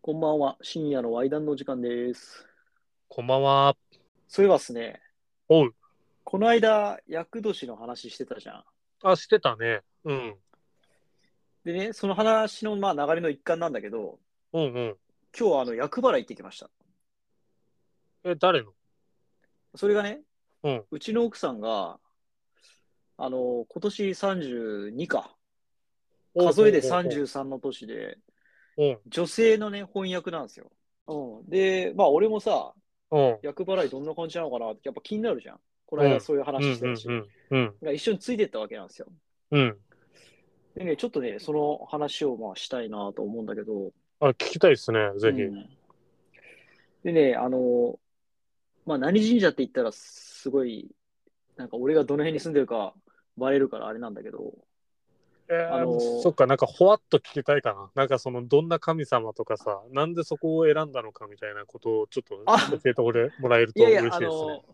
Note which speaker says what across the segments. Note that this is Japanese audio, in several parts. Speaker 1: こんばんは。深夜のワイダンの時間です。
Speaker 2: こんばんは。
Speaker 1: そういえばですね、
Speaker 2: おう。
Speaker 1: この間、厄年の話してたじゃん。
Speaker 2: あ、してたね。うん。
Speaker 1: でね、その話のまあ流れの一環なんだけど、
Speaker 2: うんうん。
Speaker 1: 今日はあの厄払い行ってきました。
Speaker 2: え、誰の
Speaker 1: それがね、
Speaker 2: うん
Speaker 1: ちの奥さんが、あの、今年32か。数えで。33の年で、
Speaker 2: うん
Speaker 1: 女性のね、翻訳なんですよ。うん、で、まあ俺もさ、
Speaker 2: うん。
Speaker 1: 厄払いどんな感じなのかなってやっぱ気になるじゃん。この間そういう
Speaker 2: うんう
Speaker 1: 話してたし。
Speaker 2: んうん。
Speaker 1: だから一緒についてったわけなんですよ。
Speaker 2: うん。うん。
Speaker 1: でね、ちょっとね、その話をまあしたいなと思うんだけど、
Speaker 2: あ、聞きたいですね。ぜひ。
Speaker 1: うんでね、あの、まあ、何神社って言ったら、すごい、なんか俺がどの辺に住んでるかバレるからあれなんだけど、
Speaker 2: えー
Speaker 1: あのー
Speaker 2: そっか、なんかほわっと聞きたいかな。なんかその、どんな神様とかさ、なんでそこを選んだのかみたいなことをちょっと
Speaker 1: あ
Speaker 2: 教えてもらえもらえる
Speaker 1: い
Speaker 2: と
Speaker 1: やい
Speaker 2: 嬉しい
Speaker 1: や
Speaker 2: で、
Speaker 1: あ
Speaker 2: すね。
Speaker 1: の、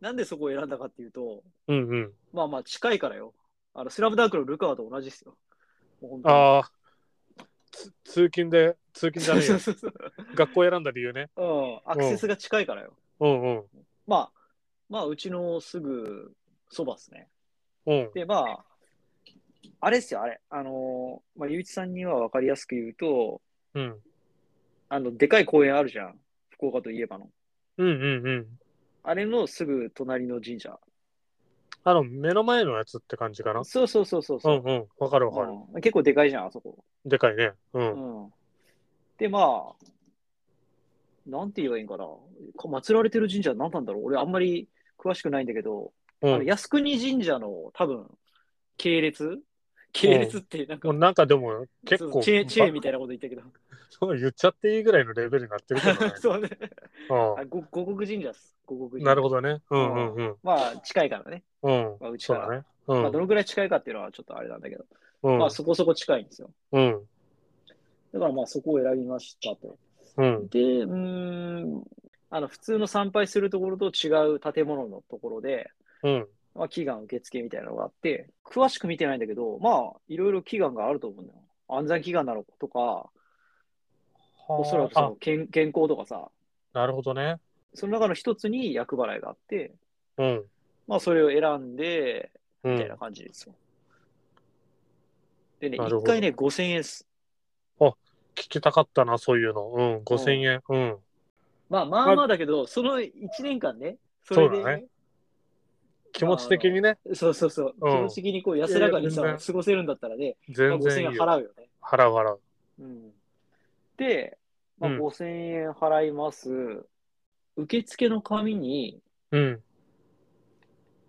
Speaker 1: なんでそこを選んだかっていうと、
Speaker 2: うんうん。
Speaker 1: まあまあ近いからよ。あの、スラムダンクのルカワと同じですよ。もう本当に
Speaker 2: ああ、つ通勤で、通勤じゃねえ
Speaker 1: そう
Speaker 2: や。
Speaker 1: そうそう。
Speaker 2: 学校選んだ理由ね。
Speaker 1: うん、アクセスが近いからよ。
Speaker 2: うんうん。
Speaker 1: まあ、まあ、うちのすぐそばですね。
Speaker 2: うん。
Speaker 1: で、まあ、あれですよ、あれ。あのー、まあ、ゆういちさんには分かりやすく言うと、
Speaker 2: うん。
Speaker 1: あの、でかい公園あるじゃん。福岡といえばの。
Speaker 2: うんうんうん。
Speaker 1: あれのすぐ隣の神社。
Speaker 2: あの、目の前のやつって感じかな。
Speaker 1: そうそうそうそう
Speaker 2: う
Speaker 1: そ
Speaker 2: ん
Speaker 1: う、
Speaker 2: うん。わかるわかる。
Speaker 1: うん結構でかいじゃん、あそこ。
Speaker 2: でかいね。うん。
Speaker 1: うん。で、まあ、なんて言えばいいんかな。か祀られてる神社は何なんだろう俺、あんまり詳しくないんだけど、
Speaker 2: う
Speaker 1: あの
Speaker 2: ん、
Speaker 1: 靖国神社の多分、系列系列ってなんか、
Speaker 2: もうなんかでも結
Speaker 1: そう
Speaker 2: 構
Speaker 1: チェーンチェーンみたいなこと言ったけど。、
Speaker 2: ばそう言っちゃっていいぐらいのレベルになってるけどね
Speaker 1: そうね。
Speaker 2: う
Speaker 1: あご五国神社です。五国神
Speaker 2: ん、
Speaker 1: 社。
Speaker 2: なるほどねうんうんうん
Speaker 1: まあ、近いからね。
Speaker 2: うん、
Speaker 1: まあうち
Speaker 2: そ
Speaker 1: か
Speaker 2: う
Speaker 1: ら
Speaker 2: だねうん、
Speaker 1: まあ、どのぐらい近いかっていうのはちょっとあれなんだけど、
Speaker 2: うん、
Speaker 1: まあ、そこそこ近いんですよ。
Speaker 2: うん
Speaker 1: だから、まあ、そこを選びましたと。
Speaker 2: うん
Speaker 1: で、うーん、あの、普通の参拝するところと違う建物のところで、
Speaker 2: うん
Speaker 1: まあ、祈願受付みたいなのがあって、詳しく見てないんだけど、まあ、いろいろ祈願があると思うんだよ。安産祈願なのとか、おそらくそ
Speaker 2: あ
Speaker 1: の健健康とかさ、
Speaker 2: なるほどね
Speaker 1: その中の一つに厄払いがあって、
Speaker 2: うん
Speaker 1: まあ、それを選んで、
Speaker 2: う
Speaker 1: みたいなん感じですよ。でね、
Speaker 2: なるほ
Speaker 1: 1
Speaker 2: ど
Speaker 1: 回ね、5000円です。
Speaker 2: 聞きたかったなそういうのうん5000円うん
Speaker 1: まあまあまあだけど、その1年間ね、それで、
Speaker 2: そうだね気持ち的にね
Speaker 1: そうそうそう、
Speaker 2: うん
Speaker 1: 気持ち的にこう安らかにさ、
Speaker 2: いやいや全然
Speaker 1: 過ごせるんだったらね、まあ、
Speaker 2: 全
Speaker 1: 5000
Speaker 2: 然
Speaker 1: 円
Speaker 2: いいよ
Speaker 1: 払うよね。
Speaker 2: 払う払う
Speaker 1: うん、で、まあ、
Speaker 2: うん
Speaker 1: 5000円払います。受付の紙に
Speaker 2: うん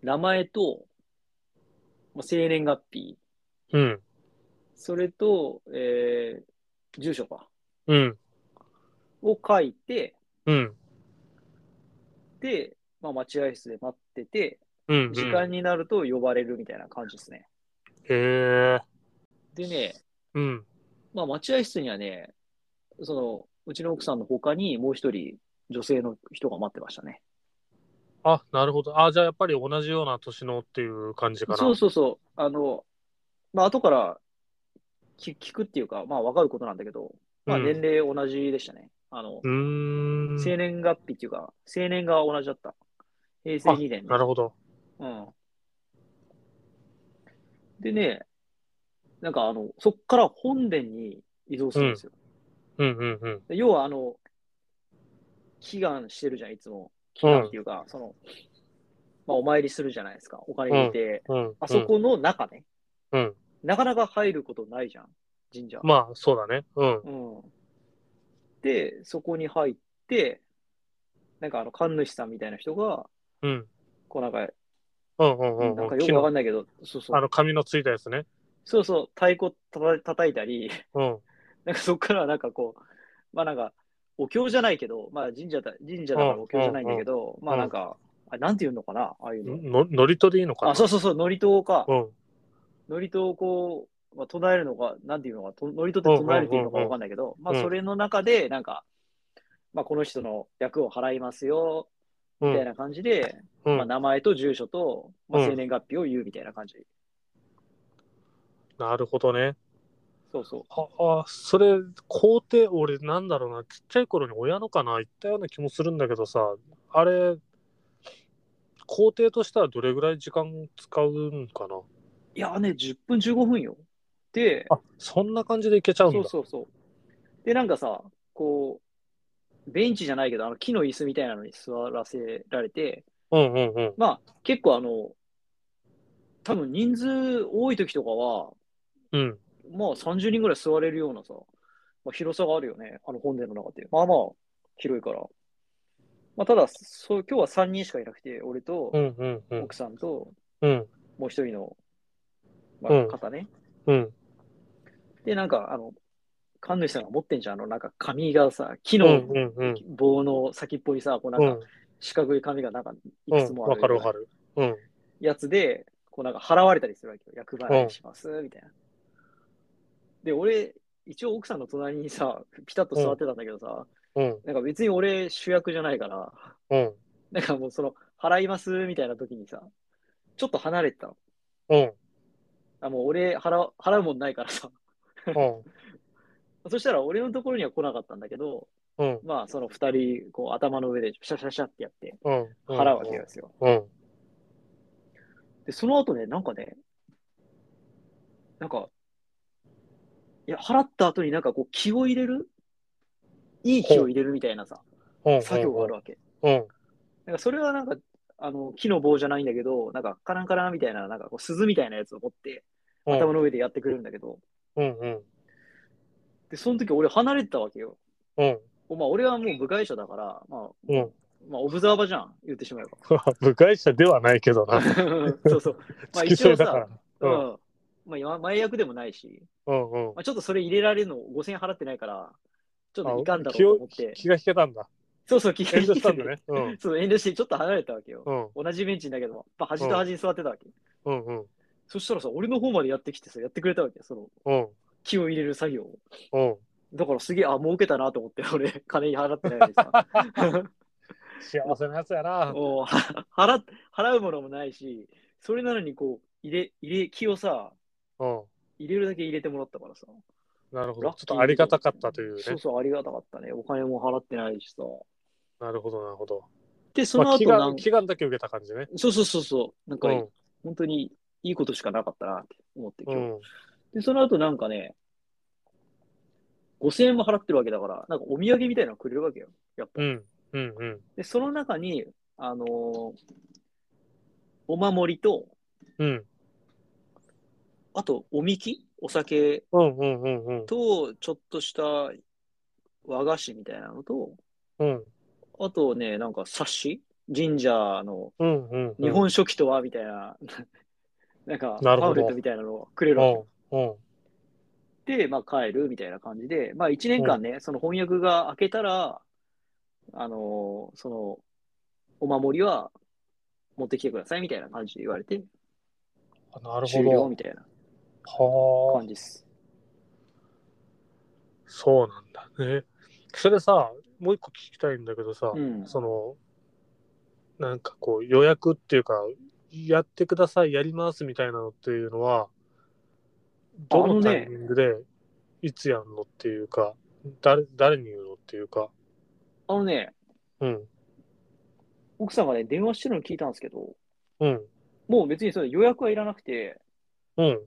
Speaker 1: 名前と、まあ、生年月日、
Speaker 2: うん
Speaker 1: それと、えー住所か、
Speaker 2: うん
Speaker 1: を書いて、
Speaker 2: うん
Speaker 1: で、まあ、待合室で待ってて、
Speaker 2: うんうん
Speaker 1: 時間になると呼ばれるみたいな感じですね。
Speaker 2: へえ
Speaker 1: でね、
Speaker 2: うん
Speaker 1: まあ、待合室にはね、そのうちの奥さんの他にもう一人女性の人が待ってましたね。
Speaker 2: あなるほどあじゃあやっぱり同じような年のっていう感じかな
Speaker 1: そうそうそう、あの、まあ後から聞聞くっていうか、まあ分かることなんだけど、まあ、
Speaker 2: うん
Speaker 1: 年齢同じでしたね。あの
Speaker 2: うーん
Speaker 1: 生年月日っていうか、生年が同じだった。平成2年ね
Speaker 2: なるほど
Speaker 1: うん。でね、なんかあの、そっから本殿に移動するんですよ。
Speaker 2: うんうんうん
Speaker 1: で要はあの、祈願してるじゃん、いつも。祈願っていうか、その、まあ、お参りするじゃないですか。お金入れて、
Speaker 2: うん
Speaker 1: あそこの中ね、
Speaker 2: うん
Speaker 1: なかなか入ることないじゃん、神社。
Speaker 2: まあ、そうだね。うん。
Speaker 1: うん。で、そこに入って、なんかあの、神主さんみたいな人が、
Speaker 2: うん。
Speaker 1: こうなんか、
Speaker 2: うんうんうん
Speaker 1: なん
Speaker 2: う
Speaker 1: か
Speaker 2: ん。
Speaker 1: よ
Speaker 2: 木
Speaker 1: くわか
Speaker 2: の
Speaker 1: んないけど、そうそ
Speaker 2: あ
Speaker 1: う、
Speaker 2: の、紙のついたやつね。
Speaker 1: そうそう、太鼓たた叩いたり、
Speaker 2: うん。
Speaker 1: なんかそこからはなんかこう、まあなんか、お経じゃないけど、まあ神社だ神社だからお経じゃないんだけど、まあなんか、あなんていうのかな、ああいうの。
Speaker 2: の、のりとでいいのかな
Speaker 1: あ、そうそうそう、祝詞か。
Speaker 2: うん。
Speaker 1: 祝詞をこう、まあ、唱えるのか、なんていうのか、と祝詞って唱えるっていうのかわかんないけど、まあ
Speaker 2: うん
Speaker 1: それの中で、なんか、まあこの人の役を払いますよ、
Speaker 2: う
Speaker 1: みたい
Speaker 2: ん。
Speaker 1: な感じで、
Speaker 2: う
Speaker 1: まあ
Speaker 2: ん。
Speaker 1: 名前と住所と、まあ
Speaker 2: うん
Speaker 1: 生年月日を言うみたいな感じ。
Speaker 2: なるほどね。
Speaker 1: そうそう。
Speaker 2: ああ、それ、皇帝、俺、なんだろうな、ちっちゃい頃に親のかな、言ったような気もするんだけどさ、あれ、皇帝としてはどれぐらい時間使うんかな。
Speaker 1: いやね、10分15分よ。で、
Speaker 2: あそんな感じでいけちゃうんだ。
Speaker 1: そうそうそう。で、なんかさ、こう、ベンチじゃないけど、あの木の椅子みたいなのに座らせられて、
Speaker 2: うんうんうん。
Speaker 1: まあ、結構あの、多分人数多い時とかは、
Speaker 2: うん。
Speaker 1: まあ30人ぐらい座れるようなさ、まあ、広さがあるよね、あの本殿の中って。まあまあ、広いから。まあ、ただそう、今日は3人しかいなくて、俺と
Speaker 2: うんうんうん
Speaker 1: 奥。さんと、
Speaker 2: うん
Speaker 1: もう一人の、ま
Speaker 2: う
Speaker 1: あ、
Speaker 2: ん
Speaker 1: 方ね。
Speaker 2: うん。
Speaker 1: で、なんか、あの、神主さんが持ってんじゃん、あの、なんか紙がさ、木
Speaker 2: うんう
Speaker 1: の
Speaker 2: んうん。
Speaker 1: 棒の先っぽにさ、こうな
Speaker 2: うんん
Speaker 1: か四角い紙がなんかい
Speaker 2: うん
Speaker 1: くつもあ
Speaker 2: わ
Speaker 1: る
Speaker 2: かる
Speaker 1: よ
Speaker 2: わ
Speaker 1: う
Speaker 2: か
Speaker 1: な
Speaker 2: る。うん。
Speaker 1: やつで、こうなんか払われたりするわけよ。役払いします、みたいな。で、俺、一応奥さんの隣にさ、ピタッと座ってたんだけどさ、
Speaker 2: うん
Speaker 1: なんか別に俺主役じゃないから、
Speaker 2: うん
Speaker 1: なんかもうその、払いますみたいな時にさ、ちょっと離れてたの。
Speaker 2: うん
Speaker 1: あ、もう俺払う、払うもんないからさ。
Speaker 2: うん
Speaker 1: そしたら俺のところには来なかったんだけど、
Speaker 2: うん
Speaker 1: まあその二人、こう頭の上でシャシャシャってやって、
Speaker 2: うん。
Speaker 1: 払うわけですよ。
Speaker 2: うん。
Speaker 1: で、その後ね、なんかね、なんか、いや、払った後になんかこう気を入れるいい気を入れるみたいなさ、
Speaker 2: うん。
Speaker 1: 作業があるわけ。
Speaker 2: うん。
Speaker 1: なんかそれはなんか、あの、木の棒じゃないんだけど、なんかカランカランみたいな、なんかこう鈴みたいなやつを持って、
Speaker 2: うん。
Speaker 1: 頭の上でやってくれるんだけど、
Speaker 2: うんうん。
Speaker 1: で、その時俺離れてたわけよ。
Speaker 2: うん。
Speaker 1: まあ俺はもう部外者だから、まあ、
Speaker 2: うん。
Speaker 1: まあオブザーバーじゃん、言ってしまえば。
Speaker 2: 部外者ではないけどな。
Speaker 1: そうそう。まあ
Speaker 2: 付き
Speaker 1: 一
Speaker 2: 添
Speaker 1: 応
Speaker 2: いだか
Speaker 1: さ
Speaker 2: ら、。
Speaker 1: う
Speaker 2: うん。
Speaker 1: ん。まあ今前役でもないし、
Speaker 2: うんうん
Speaker 1: ま。あ、ちょっとそれ入れられるの5000円払ってないから、ちょっといかんだろう
Speaker 2: 気
Speaker 1: と
Speaker 2: を
Speaker 1: 思って、
Speaker 2: 気が引けたんだ。
Speaker 1: そうそう、気が
Speaker 2: 遠慮
Speaker 1: 利
Speaker 2: し
Speaker 1: い
Speaker 2: た
Speaker 1: て
Speaker 2: んだ
Speaker 1: る。
Speaker 2: ね。う ん。
Speaker 1: そう、遠慮してちょっと離れたわけよ。
Speaker 2: うん
Speaker 1: 同じベンチだけど、まあ、端と端に座ってたわけ。
Speaker 2: うんうん
Speaker 1: そしたらさ、俺の方までやってきてさ、やってくれたわけよその
Speaker 2: うん
Speaker 1: 気を入れる作業を。
Speaker 2: うん。
Speaker 1: だからすげえ、あ、儲けたなと思って、俺、金払ってないのに さ。
Speaker 2: 幸せなやつやな。
Speaker 1: もうは払っ払うものもないし、それなのにこう、入れ、入れ、気をさ、
Speaker 2: うん。
Speaker 1: 入れるだけ入れてもらったからさ。
Speaker 2: なるほ
Speaker 1: ラ
Speaker 2: ど。
Speaker 1: ッ
Speaker 2: ち
Speaker 1: キ
Speaker 2: ょっ
Speaker 1: ー
Speaker 2: とありがたかったというね。
Speaker 1: そうそう、ありがたかったね。お金も払ってないしさ。
Speaker 2: なるほど、なるほど。
Speaker 1: で、そ
Speaker 2: ま
Speaker 1: の
Speaker 2: あ、
Speaker 1: 後
Speaker 2: 祈
Speaker 1: なん
Speaker 2: 願、祈願だけ受けた感じね。
Speaker 1: そうそうそうそう。なん
Speaker 2: う
Speaker 1: か、
Speaker 2: ん。
Speaker 1: 本当にいいことしかなかったなって思って、
Speaker 2: う
Speaker 1: 今日。
Speaker 2: ん。
Speaker 1: で、その後なんかね、5000円も払ってるわけだから、なんかお土産みたいなのくれるわけよ。やっぱ。
Speaker 2: うん。うん。うん。
Speaker 1: で、その中に、あのーお守りと、
Speaker 2: うん。
Speaker 1: あと、おみきお酒
Speaker 2: うん。うん。うん。うん。
Speaker 1: と、ちょっとした和菓子みたいなのと、
Speaker 2: うん。
Speaker 1: あとね、なんか冊子神社の
Speaker 2: うん。うん。
Speaker 1: 日本書紀とはみたいな、 なんか
Speaker 2: なる
Speaker 1: パン
Speaker 2: ほど
Speaker 1: フレットみたいなのをくれるわけよ
Speaker 2: うん。うん。
Speaker 1: で、まあ、帰るみたいな感じで、まあ、1年間ね、その翻訳が明けたら、あのーその、お守りは持ってきてくださいみたいな感じで言われて、
Speaker 2: あなる
Speaker 1: 終了
Speaker 2: ほ
Speaker 1: みたいな
Speaker 2: ど。はあ
Speaker 1: 感。じです。
Speaker 2: そうなんだね。それさ、もう一個聞きたいんだけどさ、
Speaker 1: うん。
Speaker 2: その、なんかこう予約っていうか、やってください、やりますみたいなのっていうのは、ど
Speaker 1: あの
Speaker 2: の
Speaker 1: ね
Speaker 2: タイミングで、いつやるのっていうか、誰誰に言うのっていうか、
Speaker 1: あのね、
Speaker 2: うん、
Speaker 1: 奥さんがね、電話してるの聞いたんですけど、
Speaker 2: うん、
Speaker 1: もう別にそれ予約はいらなくて、
Speaker 2: うん、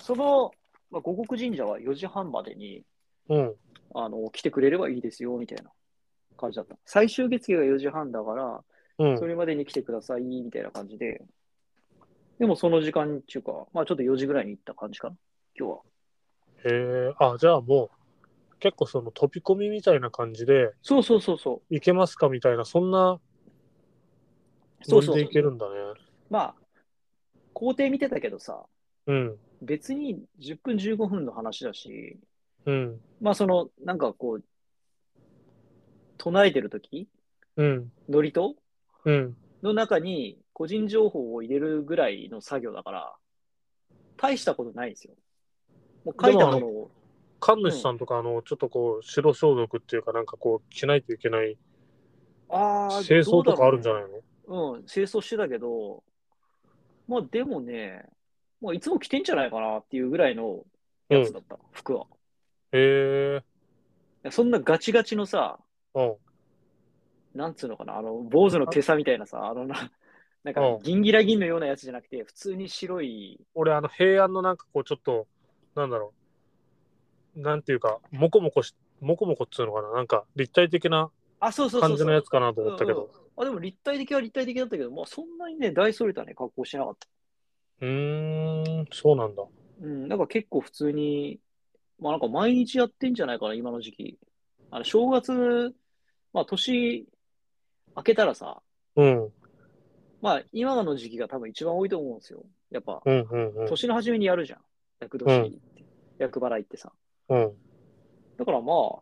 Speaker 1: その、まあ、五穀神社は4時半までに、
Speaker 2: うん、
Speaker 1: あの、来てくれればいいですよ、みたいな感じだった。最終月日が4時半だから、
Speaker 2: うん
Speaker 1: そ、れまでに来てください、みたいな感じで。でもその時間っていうか、まあちょっと4時ぐらいに行った感じかな、今日は。
Speaker 2: えー、あ、じゃあもう、結構その飛び込みみたいな感じで、
Speaker 1: そうそうそうそう。
Speaker 2: いけますかみたいな、そんな
Speaker 1: そ
Speaker 2: ノ
Speaker 1: う
Speaker 2: リ
Speaker 1: そう
Speaker 2: で
Speaker 1: そ
Speaker 2: いける
Speaker 1: う。
Speaker 2: んだね。
Speaker 1: まあ、工程見てたけどさ、
Speaker 2: うん、
Speaker 1: 別に10分15分の話だし、
Speaker 2: うん、
Speaker 1: まあその、なんかこう、唱えてる時
Speaker 2: うん、
Speaker 1: ノリと
Speaker 2: うん、
Speaker 1: の中に個人情報を入れるぐらいの作業だから、大したことないんですよ。もう書いたものを、
Speaker 2: 神主さんとか、あの、ちょっとこう、白装束っていうか、なんかこう、着ないといけない
Speaker 1: あー
Speaker 2: 清掃とかあるんじゃ
Speaker 1: どうだろうね
Speaker 2: ないの
Speaker 1: うん、清掃してたけど、まあでもね、まあいつも来てんじゃないかなっていうぐらいのやつだった、服は。
Speaker 2: へえ。
Speaker 1: そんなガチガチのさ、
Speaker 2: うん。
Speaker 1: なんつうのかな、あの、坊主の袈裟みたいなさ、あのな、なんか
Speaker 2: うん、
Speaker 1: ギンギラギンのようなやつじゃなくて、普通に白い、
Speaker 2: 俺、あの、平安のなんかこう、ちょっと、なんだろう。なんていうか、もこもこし、もこもこっつうのかな。なんか、立体的な
Speaker 1: あ、そうそうそ
Speaker 2: 感
Speaker 1: うそ
Speaker 2: じ
Speaker 1: う
Speaker 2: のやつかなと思ったけど。
Speaker 1: あ、でも立体的は立体的だったけど、まあそんなにね、大それたね、格好してなかった。
Speaker 2: うーん、そうなんだ。
Speaker 1: うん、なんか結構普通に、まあなんか毎日やってんじゃないかな、今の時期。あの、正月、まあ年明けたらさ、
Speaker 2: うん、うん、
Speaker 1: まあ今の時期が多分一番多いと思うんですよ。やっぱ、
Speaker 2: うん、うん。
Speaker 1: 年の初めにやるじゃん。厄年って、厄払いってさ。
Speaker 2: うん。
Speaker 1: だからまあ、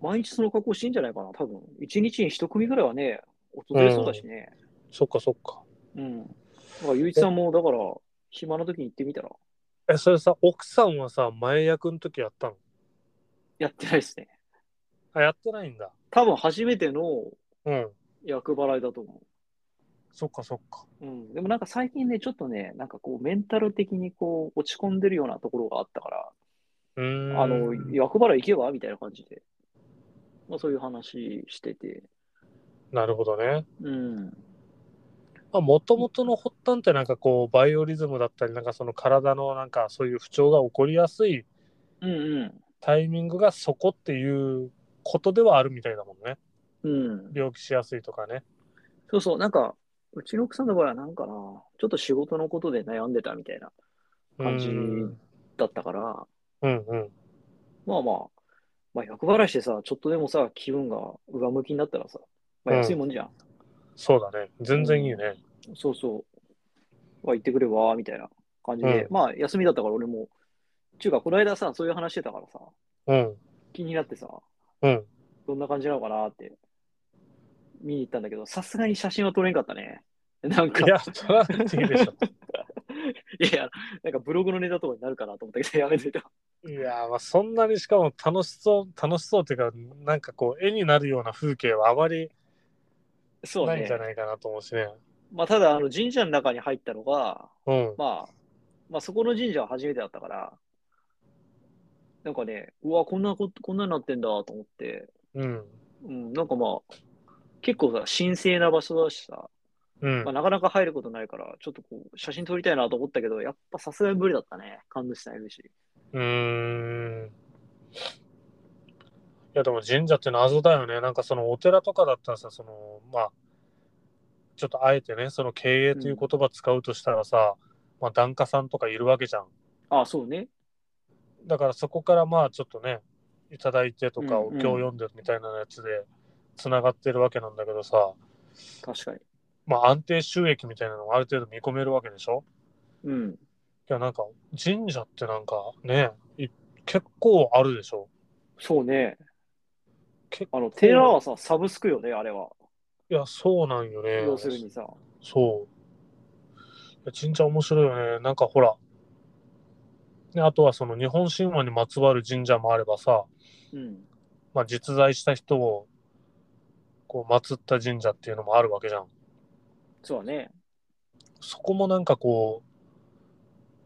Speaker 1: 毎日その格好してんじゃないかな、多分。一日に一組ぐらいはね、訪れそうだしね。
Speaker 2: そっかそっか。
Speaker 1: うん。だから、ゆういちさんも、だから、暇な時に行ってみたら、
Speaker 2: え、それさ、奥さんはさ、前役の時やったの
Speaker 1: やってないですね。
Speaker 2: あ、やってないんだ。
Speaker 1: 多分初めての
Speaker 2: うん。
Speaker 1: 厄払いだと思
Speaker 2: そっかそっか。
Speaker 1: う。うん。でもなんか最近ね、ちょっとね、なんかこう、メンタル的にこう、落ち込んでるようなところがあったから、
Speaker 2: うーん。
Speaker 1: あの、厄払い行けばみたいな感じで。まあそういう話してて。
Speaker 2: なるほどね。
Speaker 1: うん。
Speaker 2: まあ、もともとの発端ってなんかこう、バイオリズムだったり、なんかその体のなんかそういう不調が起こりやすい
Speaker 1: うんう
Speaker 2: タイミングがそこっていうことではあるみたいだもんね。
Speaker 1: ん。うん。
Speaker 2: 病気しやすいとかね。
Speaker 1: そうそう、なんか、うちの奥さんの場合はなんかな、ちょっと仕事のことで悩んでたみたいな感じ
Speaker 2: うん
Speaker 1: だったから、
Speaker 2: うんうん。
Speaker 1: まあまあ、まあ、厄払いしてさ、ちょっとでもさ、気分が上向きになったらさ、まあ、
Speaker 2: うん
Speaker 1: 安いもんじゃん。
Speaker 2: そうだね。全然いいね。
Speaker 1: そうそう。まあ、行ってくれば、みたいな感じで、
Speaker 2: う
Speaker 1: まあ、休みだったから俺も、ちゅうか、この間さ、そういう話してたからさ、
Speaker 2: うん。
Speaker 1: 気になってさ、
Speaker 2: うん。
Speaker 1: どんな感じなのかなって、見に行ったんだけど、さすがに写真は撮れんかったね。 なんか、
Speaker 2: いや、それはできるでしょ。
Speaker 1: いやいや、なんかブログのネタとかになるかなと思ったけど、や めといた。
Speaker 2: いやーまあそんなにしかも楽しそう楽しそうっていうかなんかこう絵になるような風景はあまり
Speaker 1: そう
Speaker 2: ないん
Speaker 1: ね
Speaker 2: じゃ。ないかなと思うしね。
Speaker 1: まあ、ただ、あの、神社の中に入ったのが、
Speaker 2: うん。
Speaker 1: まあ、まあ、そこの神社は初めてだったから、なんかね、うわ、こんなこ、こんなになってんだと思って、
Speaker 2: うん。
Speaker 1: うん、なんかまあ、結構さ、神聖な場所だしさ、
Speaker 2: うん
Speaker 1: まあ、。なかなか入ることないから、ちょっとこう、写真撮りたいなと思ったけど、やっぱさすがに無理だったね。感動しないし。
Speaker 2: うーん。いやでも神社って謎だよね。なんかそのお寺とかだったらさ、そのまあ、ちょっとあえてね、その経営という言葉使うとしたらさ、まあ檀家さんとかいるわけじゃん。
Speaker 1: ああ、そうね。
Speaker 2: だからそこからまあちょっとね、いただいてとか、
Speaker 1: うん
Speaker 2: お
Speaker 1: うん
Speaker 2: 経を読んでみたいなやつでつながってるわけなんだけどさ、
Speaker 1: 確かに。
Speaker 2: まあ安定収益みたいなのがある程度見込めるわけでしょ
Speaker 1: うん。
Speaker 2: いやなんか神社ってなんかね、い結構あるでしょ
Speaker 1: そうね。
Speaker 2: 結
Speaker 1: あの、寺はさ、サブスクよね、あれは。
Speaker 2: いや、そうなんよね。
Speaker 1: 要するにさ。
Speaker 2: そう。いや神社面白いよね。なんかほら、ね、あとはその日本神話にまつわる神社もあればさ、
Speaker 1: うん。
Speaker 2: まあ、実在した人をこう祀った神社っていうのもあるわけじゃん。
Speaker 1: そうだね。
Speaker 2: そこもなんかこ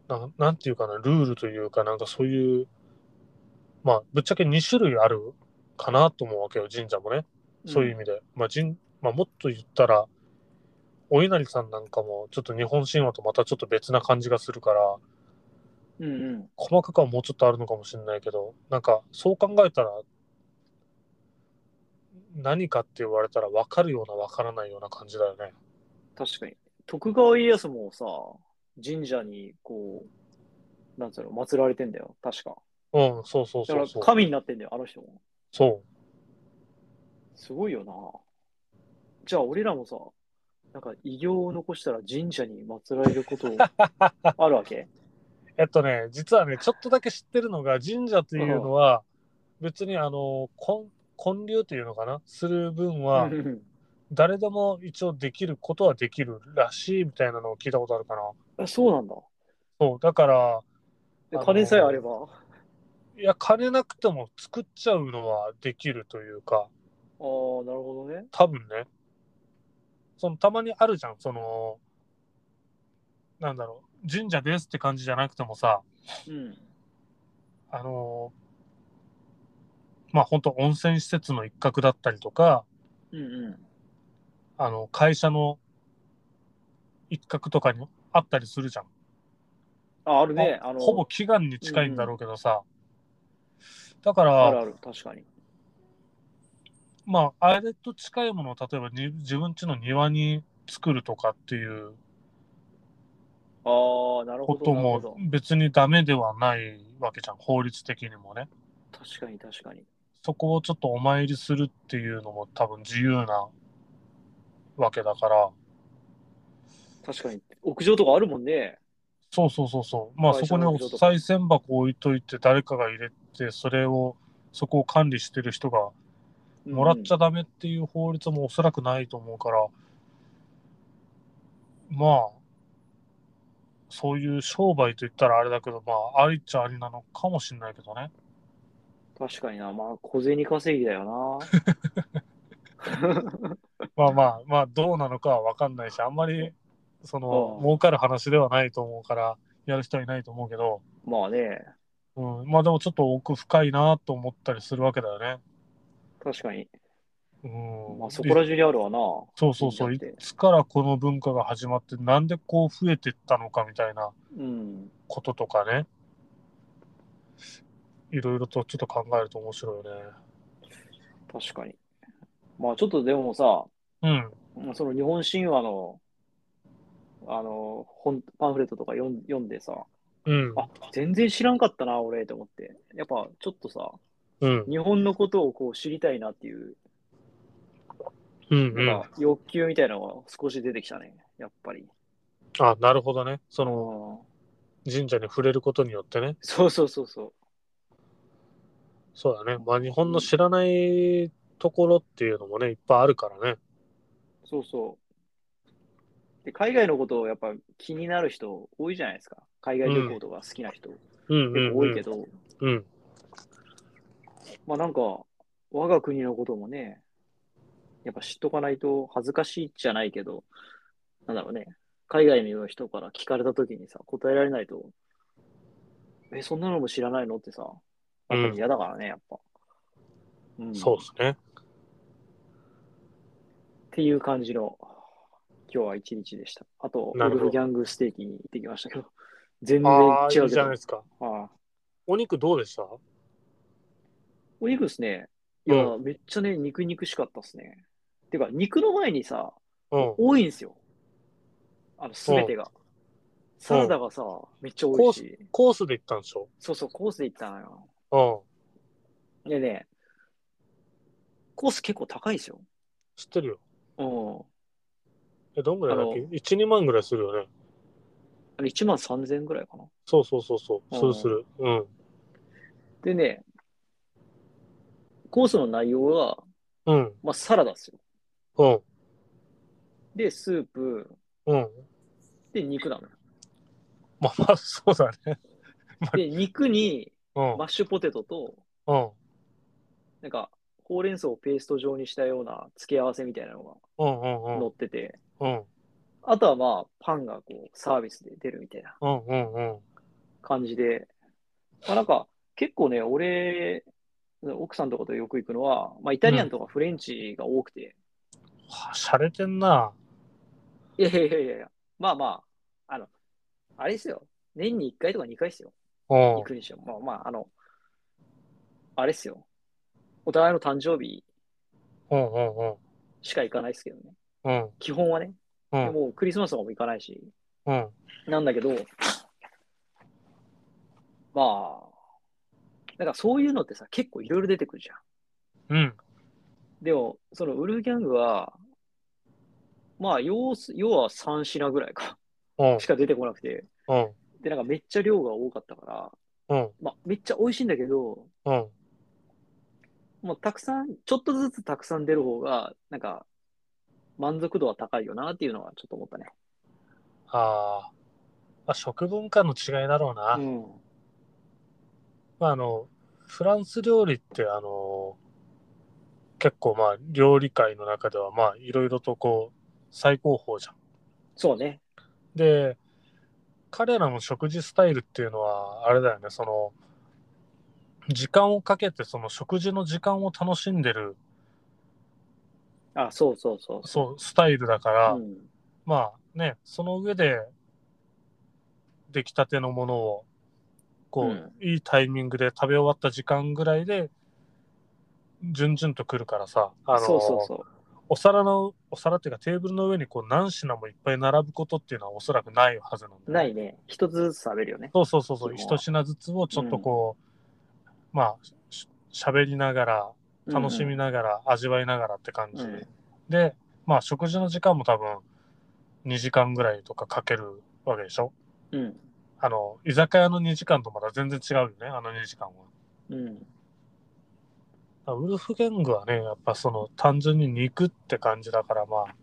Speaker 2: う、ななんていうかな、ルールというか、なんかそういう、まあ、ぶっちゃけ2種類あるかなと思うわけよ、神社もね。そういう意味で。まあ、人まあ、もっと言ったら、お稲荷さんなんかも、ちょっと日本神話とまたちょっと別な感じがするから、
Speaker 1: うんうん。
Speaker 2: 細かくはもうちょっとあるのかもしれないけど、なんか、そう考えたら、何かって言われたら分かるような分からないような感じだよね。
Speaker 1: 確かに。徳川家康もさ、神社に、こう、なんつうの、祀られてんだよ、確か。
Speaker 2: うん、そうそ
Speaker 1: だ
Speaker 2: うそ
Speaker 1: か
Speaker 2: う
Speaker 1: ら
Speaker 2: そう。
Speaker 1: 神になってんだよ、あの人も。
Speaker 2: そ
Speaker 1: すごいよな。じゃあ、俺らもさ、なんか偉業を残したら神社に祀られること あるわけ
Speaker 2: う。えっとね、実はね、ちょっとだけ知ってるのが、神社というのは、別にあの、建建立というのかなする分は、
Speaker 1: うんうん
Speaker 2: 誰でも一応できることはできるらしいみたいなのを聞いたことあるかな。
Speaker 1: あそうなんだ。
Speaker 2: そう、だから、
Speaker 1: で
Speaker 2: あのー
Speaker 1: 金さえあれば。
Speaker 2: いや、金なくても作っちゃうのはできるというか、
Speaker 1: ああ、なるほどね。
Speaker 2: 多分ね、そのたまにあるじゃん、その、なんだろう、神社ですって感じじゃなくてもさ、
Speaker 1: うん。
Speaker 2: あのーまあ本当温泉施設の一角だったりとか、
Speaker 1: うんう
Speaker 2: あの、会社の一角とかにあったりするじゃん。
Speaker 1: ん。あ、あるね。あの、
Speaker 2: ほぼ祈願に近いんだろうけどさ。だか
Speaker 1: ある
Speaker 2: ら、
Speaker 1: ある、確かに。
Speaker 2: まあ、あれと近いものを例えばに自分家の庭に作るとかっていう
Speaker 1: ああ、なる
Speaker 2: こ
Speaker 1: ほど。
Speaker 2: と
Speaker 1: なるほど
Speaker 2: も別にダメではないわけじゃん、法律的にもね。
Speaker 1: 確かに、確かに。
Speaker 2: そこをちょっとお参りするっていうのも多分自由なわけだから、
Speaker 1: 確かに。屋上とかあるもんね。
Speaker 2: そうそうそうそう。まあそ
Speaker 1: 会
Speaker 2: こ
Speaker 1: 社
Speaker 2: に
Speaker 1: の
Speaker 2: お
Speaker 1: 屋上とか
Speaker 2: 賽銭箱置いといて誰かが入れて、それを、そこを管理してる人が
Speaker 1: うん
Speaker 2: もらっちゃダメっていう法律もおそらくないと思うから、まあ、そういう商売と言ったらあれだけど、まあ、ありっちゃありなのかもしれないけどね。
Speaker 1: 確かにな。まあ、小銭稼ぎだよ な。
Speaker 2: まあまあ、まあ、どうなのかは分かんないし、あんまり、その
Speaker 1: う、ん
Speaker 2: 儲かる話ではないと思うから、やる人はいないと思うけど、
Speaker 1: まあね、
Speaker 2: うん、まあでもちょっと奥深いなと思ったりするわけだよね。
Speaker 1: 確かに。
Speaker 2: うん。
Speaker 1: まあ、そこら中にあるわな。
Speaker 2: そうそうそう。
Speaker 1: 神
Speaker 2: い
Speaker 1: 社って
Speaker 2: つからこの文化が始まって、なんでこう増えてったのかみたいな
Speaker 1: うん。
Speaker 2: こととかね。いろいろとちょっと考えると面白いよね。
Speaker 1: 確かに。まあ、ちょっとでもさ、
Speaker 2: うん。
Speaker 1: その日本神話の、あの、本、パンフレットとか読ん読んでさ、
Speaker 2: うん。
Speaker 1: あ、全然知らんかったな、俺、と思って。やっぱ、ちょっとさ、
Speaker 2: うん。
Speaker 1: 日本のことをこう知りたいなっていう、
Speaker 2: うん。う
Speaker 1: なん
Speaker 2: ん
Speaker 1: か。欲求みたいなのが少し出てきたね、やっぱり。
Speaker 2: あ、なるほどね。その
Speaker 1: うん
Speaker 2: 神社に触れることによってね。
Speaker 1: そうそうそうそう。
Speaker 2: そうだね。まあ日本の知らないところっていうのもね、いっぱいあるからね。
Speaker 1: そうそう。で、海外のことをやっぱ気になる人多いじゃないですか。海外旅行とか好きな人、
Speaker 2: うんうん、うん。
Speaker 1: 多いけど、
Speaker 2: うん。
Speaker 1: まあなんか、我が国のこともね、やっぱ知っとかないと恥ずかしいじゃないけど、なんだろうね、海外の人から聞かれたときにさ、答えられないと、え、そんなのも知らないのってさ、やっぱり嫌だからね、やっぱ。うん
Speaker 2: そうですね。
Speaker 1: っていう感じの、今日は一日でした。あと、
Speaker 2: な
Speaker 1: ウ
Speaker 2: る
Speaker 1: ル
Speaker 2: ほど
Speaker 1: フギャングステーキに行ってきましたけど、全然
Speaker 2: ああ、
Speaker 1: 違
Speaker 2: いいう
Speaker 1: け
Speaker 2: じゃ
Speaker 1: ど
Speaker 2: ない、ですか。
Speaker 1: はい
Speaker 2: お肉どうでした
Speaker 1: お肉ですね、いや、
Speaker 2: う
Speaker 1: めっちゃね、肉肉しかったっすね。てか、肉の前にさ、
Speaker 2: うん。
Speaker 1: 多いんですよ。あの、すべてが。サラダがさ、めっちゃ多いし、
Speaker 2: コースで行ったんでしょ
Speaker 1: そうそう、コースで行ったのよ。
Speaker 2: うん。
Speaker 1: でね、コース結構高いですよ。
Speaker 2: 知ってるよ。
Speaker 1: うん。
Speaker 2: え、どんぐらいだっけ
Speaker 1: あ
Speaker 2: ?1、2万ぐらいするよね。
Speaker 1: あれ1万3000円ぐらいかな。
Speaker 2: そうそうそうそう。す
Speaker 1: う
Speaker 2: る
Speaker 1: ん
Speaker 2: する。うん。
Speaker 1: でね、コースの内容は、
Speaker 2: うん。
Speaker 1: まあ、サラダですよ。
Speaker 2: うん。
Speaker 1: で、スープ、
Speaker 2: うん。
Speaker 1: で、肉なのよ。
Speaker 2: まあまあ、そうだね。
Speaker 1: で、肉に
Speaker 2: うん。
Speaker 1: マッシュポテトと、
Speaker 2: うん。
Speaker 1: なんか、ほうれん草をペースト状にしたような付け合わせみたいなの
Speaker 2: うんうんう
Speaker 1: が
Speaker 2: ん。
Speaker 1: 乗ってて、
Speaker 2: うん。
Speaker 1: あとはまあ、パンがこう、サービスで出るみたいな
Speaker 2: うんうんうん。
Speaker 1: 感じで、まあなんか、結構ね、俺、奥さんとかとよく行くのは、まあ、イタリアンとかフレンチが多くて、
Speaker 2: はあ、しゃれてんな。
Speaker 1: いやいやいやいやいや、まあまあ、あの、あれですよ。年に1回とか2回ですよ。
Speaker 2: うん。
Speaker 1: 行くにしよう。まあまあ、あの、あれっすよ。お互いの誕生日
Speaker 2: うんうんうん。
Speaker 1: しか行かないですけどね。
Speaker 2: うん
Speaker 1: 基本はね。
Speaker 2: う
Speaker 1: で
Speaker 2: ん
Speaker 1: もうクリスマスとかも行かないし。
Speaker 2: うん。
Speaker 1: なんだけど、まあ、なんかそういうのってさ、結構いろいろ出てくるじゃん。
Speaker 2: うん。
Speaker 1: でも、そのウルフギャングは、まあ、要す要は3品ぐらいか、
Speaker 2: うん
Speaker 1: し。か出てこなくて、
Speaker 2: うん。
Speaker 1: で、なんかめっちゃ量が多かったから、
Speaker 2: うん。
Speaker 1: まあ、めっちゃ美味しいんだけど、
Speaker 2: うん。
Speaker 1: もうたくさん、ちょっとずつたくさん出る方が、なんか、満足度は高いよなっていうのはちょっと思ったね。
Speaker 2: ああ。まあ、食文化の違いだろうな。
Speaker 1: うん。
Speaker 2: まあ、あの、フランス料理って、あの、結構まあ、料理界の中では、まあ、いろいろとこう、最高峰じゃん。
Speaker 1: そうね。
Speaker 2: で、彼らの食事スタイルっていうのは、あれだよね、その、時間をかけてその食事の時間を楽しんでる
Speaker 1: あ、そうそうそう。
Speaker 2: そうスタイルだから、
Speaker 1: うん、
Speaker 2: まあねその上で出来たてのものをこう、
Speaker 1: うん
Speaker 2: いいタイミングで食べ終わった時間ぐらいで順々と来るからさあの
Speaker 1: そうそうそう。
Speaker 2: お皿のお皿っていうかテーブルの上にこう何品もいっぱい並ぶことっていうのはおそらくないはずなんだよね
Speaker 1: ないね。一つずつ食べるよね。
Speaker 2: そうそうそうそう
Speaker 1: 基本は
Speaker 2: 一品ずつをちょっとこう、まあししゃべりながら楽しみながら、味わいながらって感じ、
Speaker 1: うん
Speaker 2: でまあ食事の時間も多分2時間ぐらいとかかけるわけでしょ
Speaker 1: うん。うん。
Speaker 2: あの居酒屋の2時間とまた全然違うよねあの2時間は
Speaker 1: うん。
Speaker 2: だからウルフゲングはねやっぱその単純に肉って感じだからまあ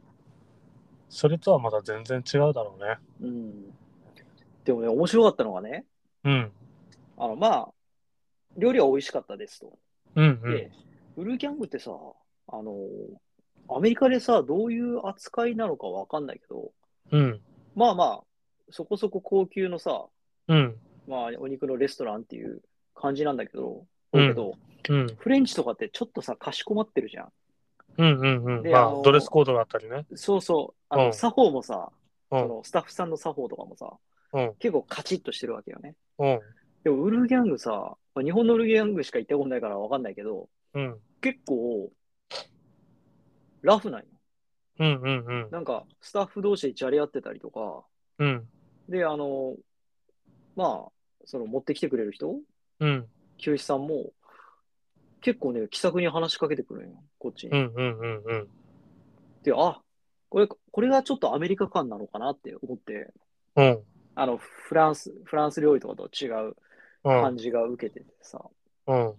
Speaker 2: それとはまた全然違うだろうね
Speaker 1: うん。でもね、面白かったのがね、
Speaker 2: うん
Speaker 1: あの、まあ、料理は美味しかったですと。
Speaker 2: うんうん、
Speaker 1: で、ウルギャングってさ、あの、アメリカでさ、どういう扱いなのかわかんないけど、
Speaker 2: うん
Speaker 1: まあまあ、そこそこ高級のさ、
Speaker 2: うん
Speaker 1: まあ、お肉のレストランっていう感じなんだけど、
Speaker 2: うん
Speaker 1: だけど、
Speaker 2: うん
Speaker 1: フレンチとかってちょっとさ、かしこまってるじゃん。
Speaker 2: うんうんうん
Speaker 1: で
Speaker 2: ま
Speaker 1: あ
Speaker 2: あ
Speaker 1: の
Speaker 2: ドレスコードがあったりね
Speaker 1: そうそう。あの、
Speaker 2: うん
Speaker 1: 作法もさ、
Speaker 2: う
Speaker 1: そ
Speaker 2: ん
Speaker 1: のスタッフさんの作法とかもさ、
Speaker 2: うん
Speaker 1: 結構カチッとしてるわけよね。
Speaker 2: うん
Speaker 1: でも、ウルフギャングさ、まあ日本のウルフギャングしか行ったことないからわかんないけど、
Speaker 2: うん
Speaker 1: 結構、ラフなんよ。
Speaker 2: うんうんうん
Speaker 1: なんか、スタッフ同士でじゃれ合ってたりとか、
Speaker 2: うん
Speaker 1: で、あの、まあ、その持ってきてくれる人、
Speaker 2: うん
Speaker 1: 清志さんも、結構ね、気さくに話しかけてくるんよ、こっちに。
Speaker 2: うんうんうんうん
Speaker 1: で、あ、これ、これがちょっとアメリカ感なのかなって思って、
Speaker 2: うん
Speaker 1: あの、フランス、フランス料理とかと違う
Speaker 2: うん
Speaker 1: 感じが受けててさ、
Speaker 2: うん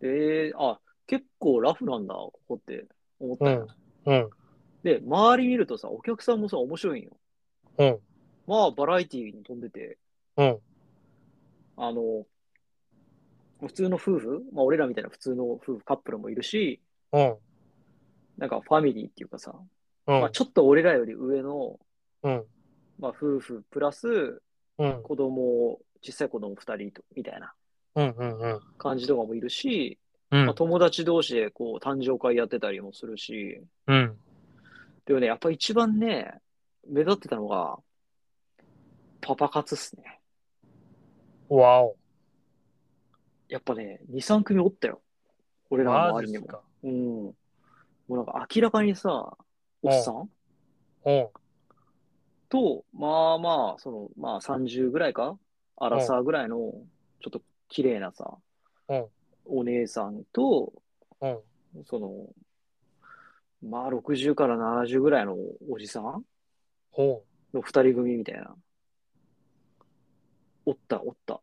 Speaker 1: で、あ、結構ラフなんだ、ここって思ったよ、
Speaker 2: うん
Speaker 1: で、周り見るとさ、お客さんもさ、面白いんよ。
Speaker 2: うん
Speaker 1: まあ、バラエティーに飛んでて、
Speaker 2: うん
Speaker 1: あの、普通の夫婦、まあ、俺らみたいな普通の夫婦、カップルもいるし、
Speaker 2: うん
Speaker 1: なんかファミリーっていうかさ、
Speaker 2: うん
Speaker 1: まあ、ちょっと俺らより上の、
Speaker 2: うん
Speaker 1: まあ、夫婦プラス、
Speaker 2: うん
Speaker 1: 子供を、小さい子供2人とみたいな
Speaker 2: うんうんうん
Speaker 1: 感じとかもいるし、
Speaker 2: うん
Speaker 1: まあ、友達同士でこう誕生会やってたりもするし、
Speaker 2: うん
Speaker 1: でもね、やっぱ一番ね、目立ってたのが、パパ活っすね。
Speaker 2: わお
Speaker 1: やっぱね、2、3組おったよ。俺らの
Speaker 2: マ
Speaker 1: 周りに
Speaker 2: ジっす
Speaker 1: も。
Speaker 2: か
Speaker 1: うん。もうなんか明らかにさ、おっさん
Speaker 2: うん
Speaker 1: と、まあまあ、その、まあ30ぐらいかアラサーぐらいの、ちょっと綺麗なさ、
Speaker 2: うん
Speaker 1: お姉さんと、
Speaker 2: うん
Speaker 1: その、まあ60から70ぐらいのおじさん
Speaker 2: ほ
Speaker 1: の二人組みたいな。おった、おった。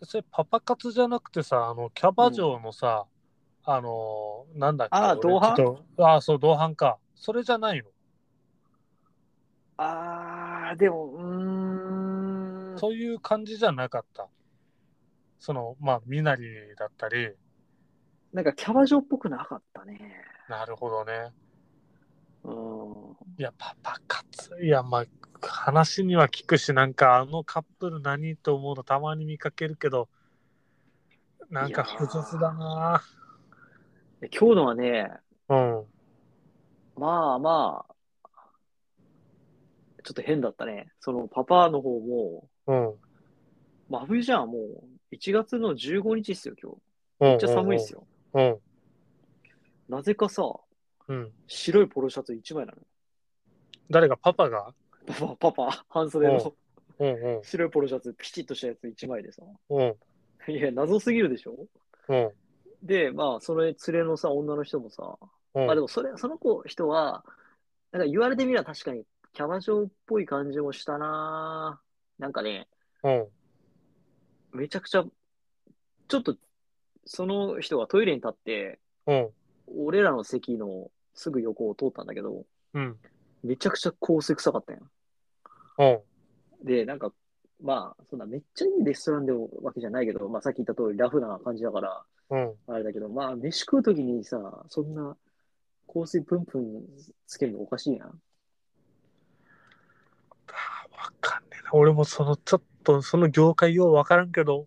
Speaker 2: うそれパパ活じゃなくてさあのキャバ嬢のさ、あのーなんだっけ
Speaker 1: あー
Speaker 2: 俺
Speaker 1: 同伴
Speaker 2: ちょっとああそう同伴かそれじゃないの
Speaker 1: あー、でも、うーん。
Speaker 2: そういう感じじゃなかったそのまあ身なりだったり
Speaker 1: なんかキャバ嬢っぽくなかったね。
Speaker 2: なるほどね
Speaker 1: うん。
Speaker 2: いや、パパ活。いや、まあ、話には聞くし、なんかあのカップル何と思うのたまに見かけるけど、なんか複雑だな
Speaker 1: で今日のはね、
Speaker 2: うん。
Speaker 1: まあまあ、ちょっと変だったね。そのパパの方も、
Speaker 2: うん。
Speaker 1: 真冬じゃん、もう。1月の15日っすよ、今日。
Speaker 2: め
Speaker 1: めっちゃ寒いっす
Speaker 2: よ。
Speaker 1: よ。
Speaker 2: うん。
Speaker 1: なぜかさ、
Speaker 2: うん。
Speaker 1: 白いポロシャツ1枚なのよ。
Speaker 2: 誰がパパが
Speaker 1: パパ、パパ、半袖の
Speaker 2: うんうん。
Speaker 1: 白いポロシャツ、ピチッとしたやつ1枚でさ。
Speaker 2: うん。
Speaker 1: いや、謎すぎるでしょ
Speaker 2: うん。
Speaker 1: で、まあ、その連れのさ、女の人もさ、
Speaker 2: うん。
Speaker 1: まあでもそれ、その子、人は、なんか言われてみれば確かに、キャバ嬢っぽい感じもしたなぁなんかね、
Speaker 2: うん。
Speaker 1: めちゃくちゃ、ちょっと、その人がトイレに立って、
Speaker 2: うん。
Speaker 1: 俺らの席のすぐ横を通ったんだけど、
Speaker 2: うん。
Speaker 1: めちゃくちゃ香水臭かったんや。
Speaker 2: うん。
Speaker 1: で、なんか、まあ、そんなめっちゃいいレストランでもわけじゃないけど、まあさっき言った通りラフな感じだから、
Speaker 2: うん。
Speaker 1: あれだけど、まあ、飯食うときにさ、そんな香水プンプンつけるのおかしいな。
Speaker 2: あーわかんねえな。俺もその、ちょっと、その業界ようわからんけど、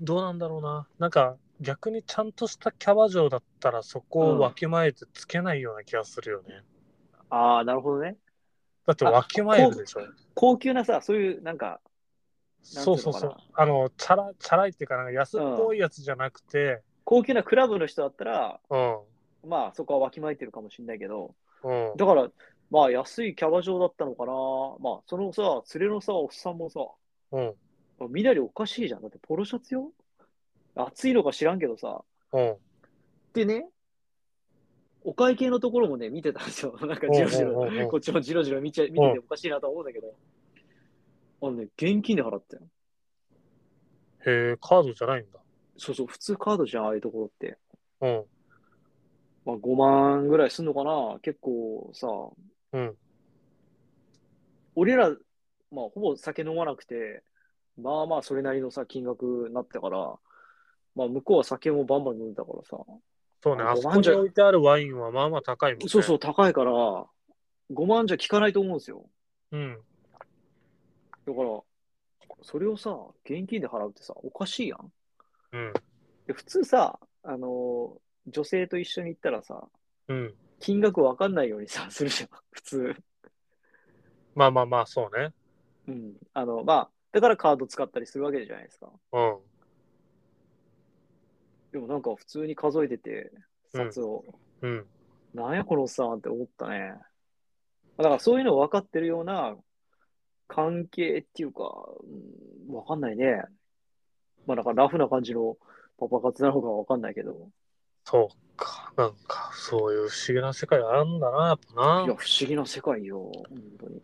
Speaker 2: どうなんだろうな。なんか逆にちゃんとしたキャバ嬢だったらそこ
Speaker 1: うん
Speaker 2: をわきまえてつけないような気がするよね。
Speaker 1: ああ、なるほどね。
Speaker 2: だってわきまえるでしょ。
Speaker 1: 高級なさ、そういう、なんか、なんて
Speaker 2: そ
Speaker 1: いうう
Speaker 2: そ
Speaker 1: の
Speaker 2: う
Speaker 1: かな
Speaker 2: そう。あの、チャラ、チャラいっていうか、なんか安っぽいやつじゃなくて、
Speaker 1: 高級なクラブの人だったら、
Speaker 2: うん、
Speaker 1: まあ、そこはわきまえてるかもしれないけど、
Speaker 2: うん。
Speaker 1: だから、まあ、安いキャバ嬢だったのかな。まあ、そのさ、連れのさ、おっさんもさ、
Speaker 2: うん、
Speaker 1: みなりおかしいじゃん。だって、ポロシャツよ暑いのか知らんけどさ。
Speaker 2: うん。
Speaker 1: でね、お会計のところもね、見てたんですよ。 なんか、じろじ
Speaker 2: うんうんうんう
Speaker 1: ろ、
Speaker 2: ん
Speaker 1: こっちもじろじろ見ちゃ見てておかしいなとは思うんだけど、あのね、現金で払ったよ。
Speaker 2: へえ、カードじゃないんだ。
Speaker 1: そうそう、普通カードじゃん、ああいうところって。
Speaker 2: うん、
Speaker 1: まあ、5万ぐらいすんのかな結構さ、
Speaker 2: うん、
Speaker 1: 俺ら、まあ、ほぼ酒飲まなくて、まあまあ、それなりのさ、金額になったから、まあ、向こうは酒もバンバン飲んでたからさ、
Speaker 2: そうね。
Speaker 1: あ
Speaker 2: あ
Speaker 1: ご
Speaker 2: そこ
Speaker 1: まん
Speaker 2: に
Speaker 1: じゃ
Speaker 2: 置いてあるワインはまあまあ高いもんね。
Speaker 1: そうそう、高いから、5万じゃ効かないと思うんですよ。
Speaker 2: う。うん。
Speaker 1: だから、それをさ、現金で払うってさ、おかしいやん。
Speaker 2: うん。
Speaker 1: で普通さ、あのー女性と一緒に行ったらさ、
Speaker 2: うん。
Speaker 1: 金額わかんないようにさ、 するじゃん、普通。
Speaker 2: まあまあまあ、そうね。
Speaker 1: うん。あの、まあ、だからカード使ったりするわけじゃないですか。
Speaker 2: うん。
Speaker 1: でもなんか普通に数えてて、札を、
Speaker 2: うん。
Speaker 1: なんやこのおっさんって思ったね。だからそういうの分かってるような関係っていうか、うん、分かんないね。まあなんかラフな感じのパパ活なのか分かんないけど。
Speaker 2: そうか。なんか、そういう不思議な世界あるんだな、やっぱ
Speaker 1: いや、不
Speaker 2: な。
Speaker 1: 思議な世界よ、本当に。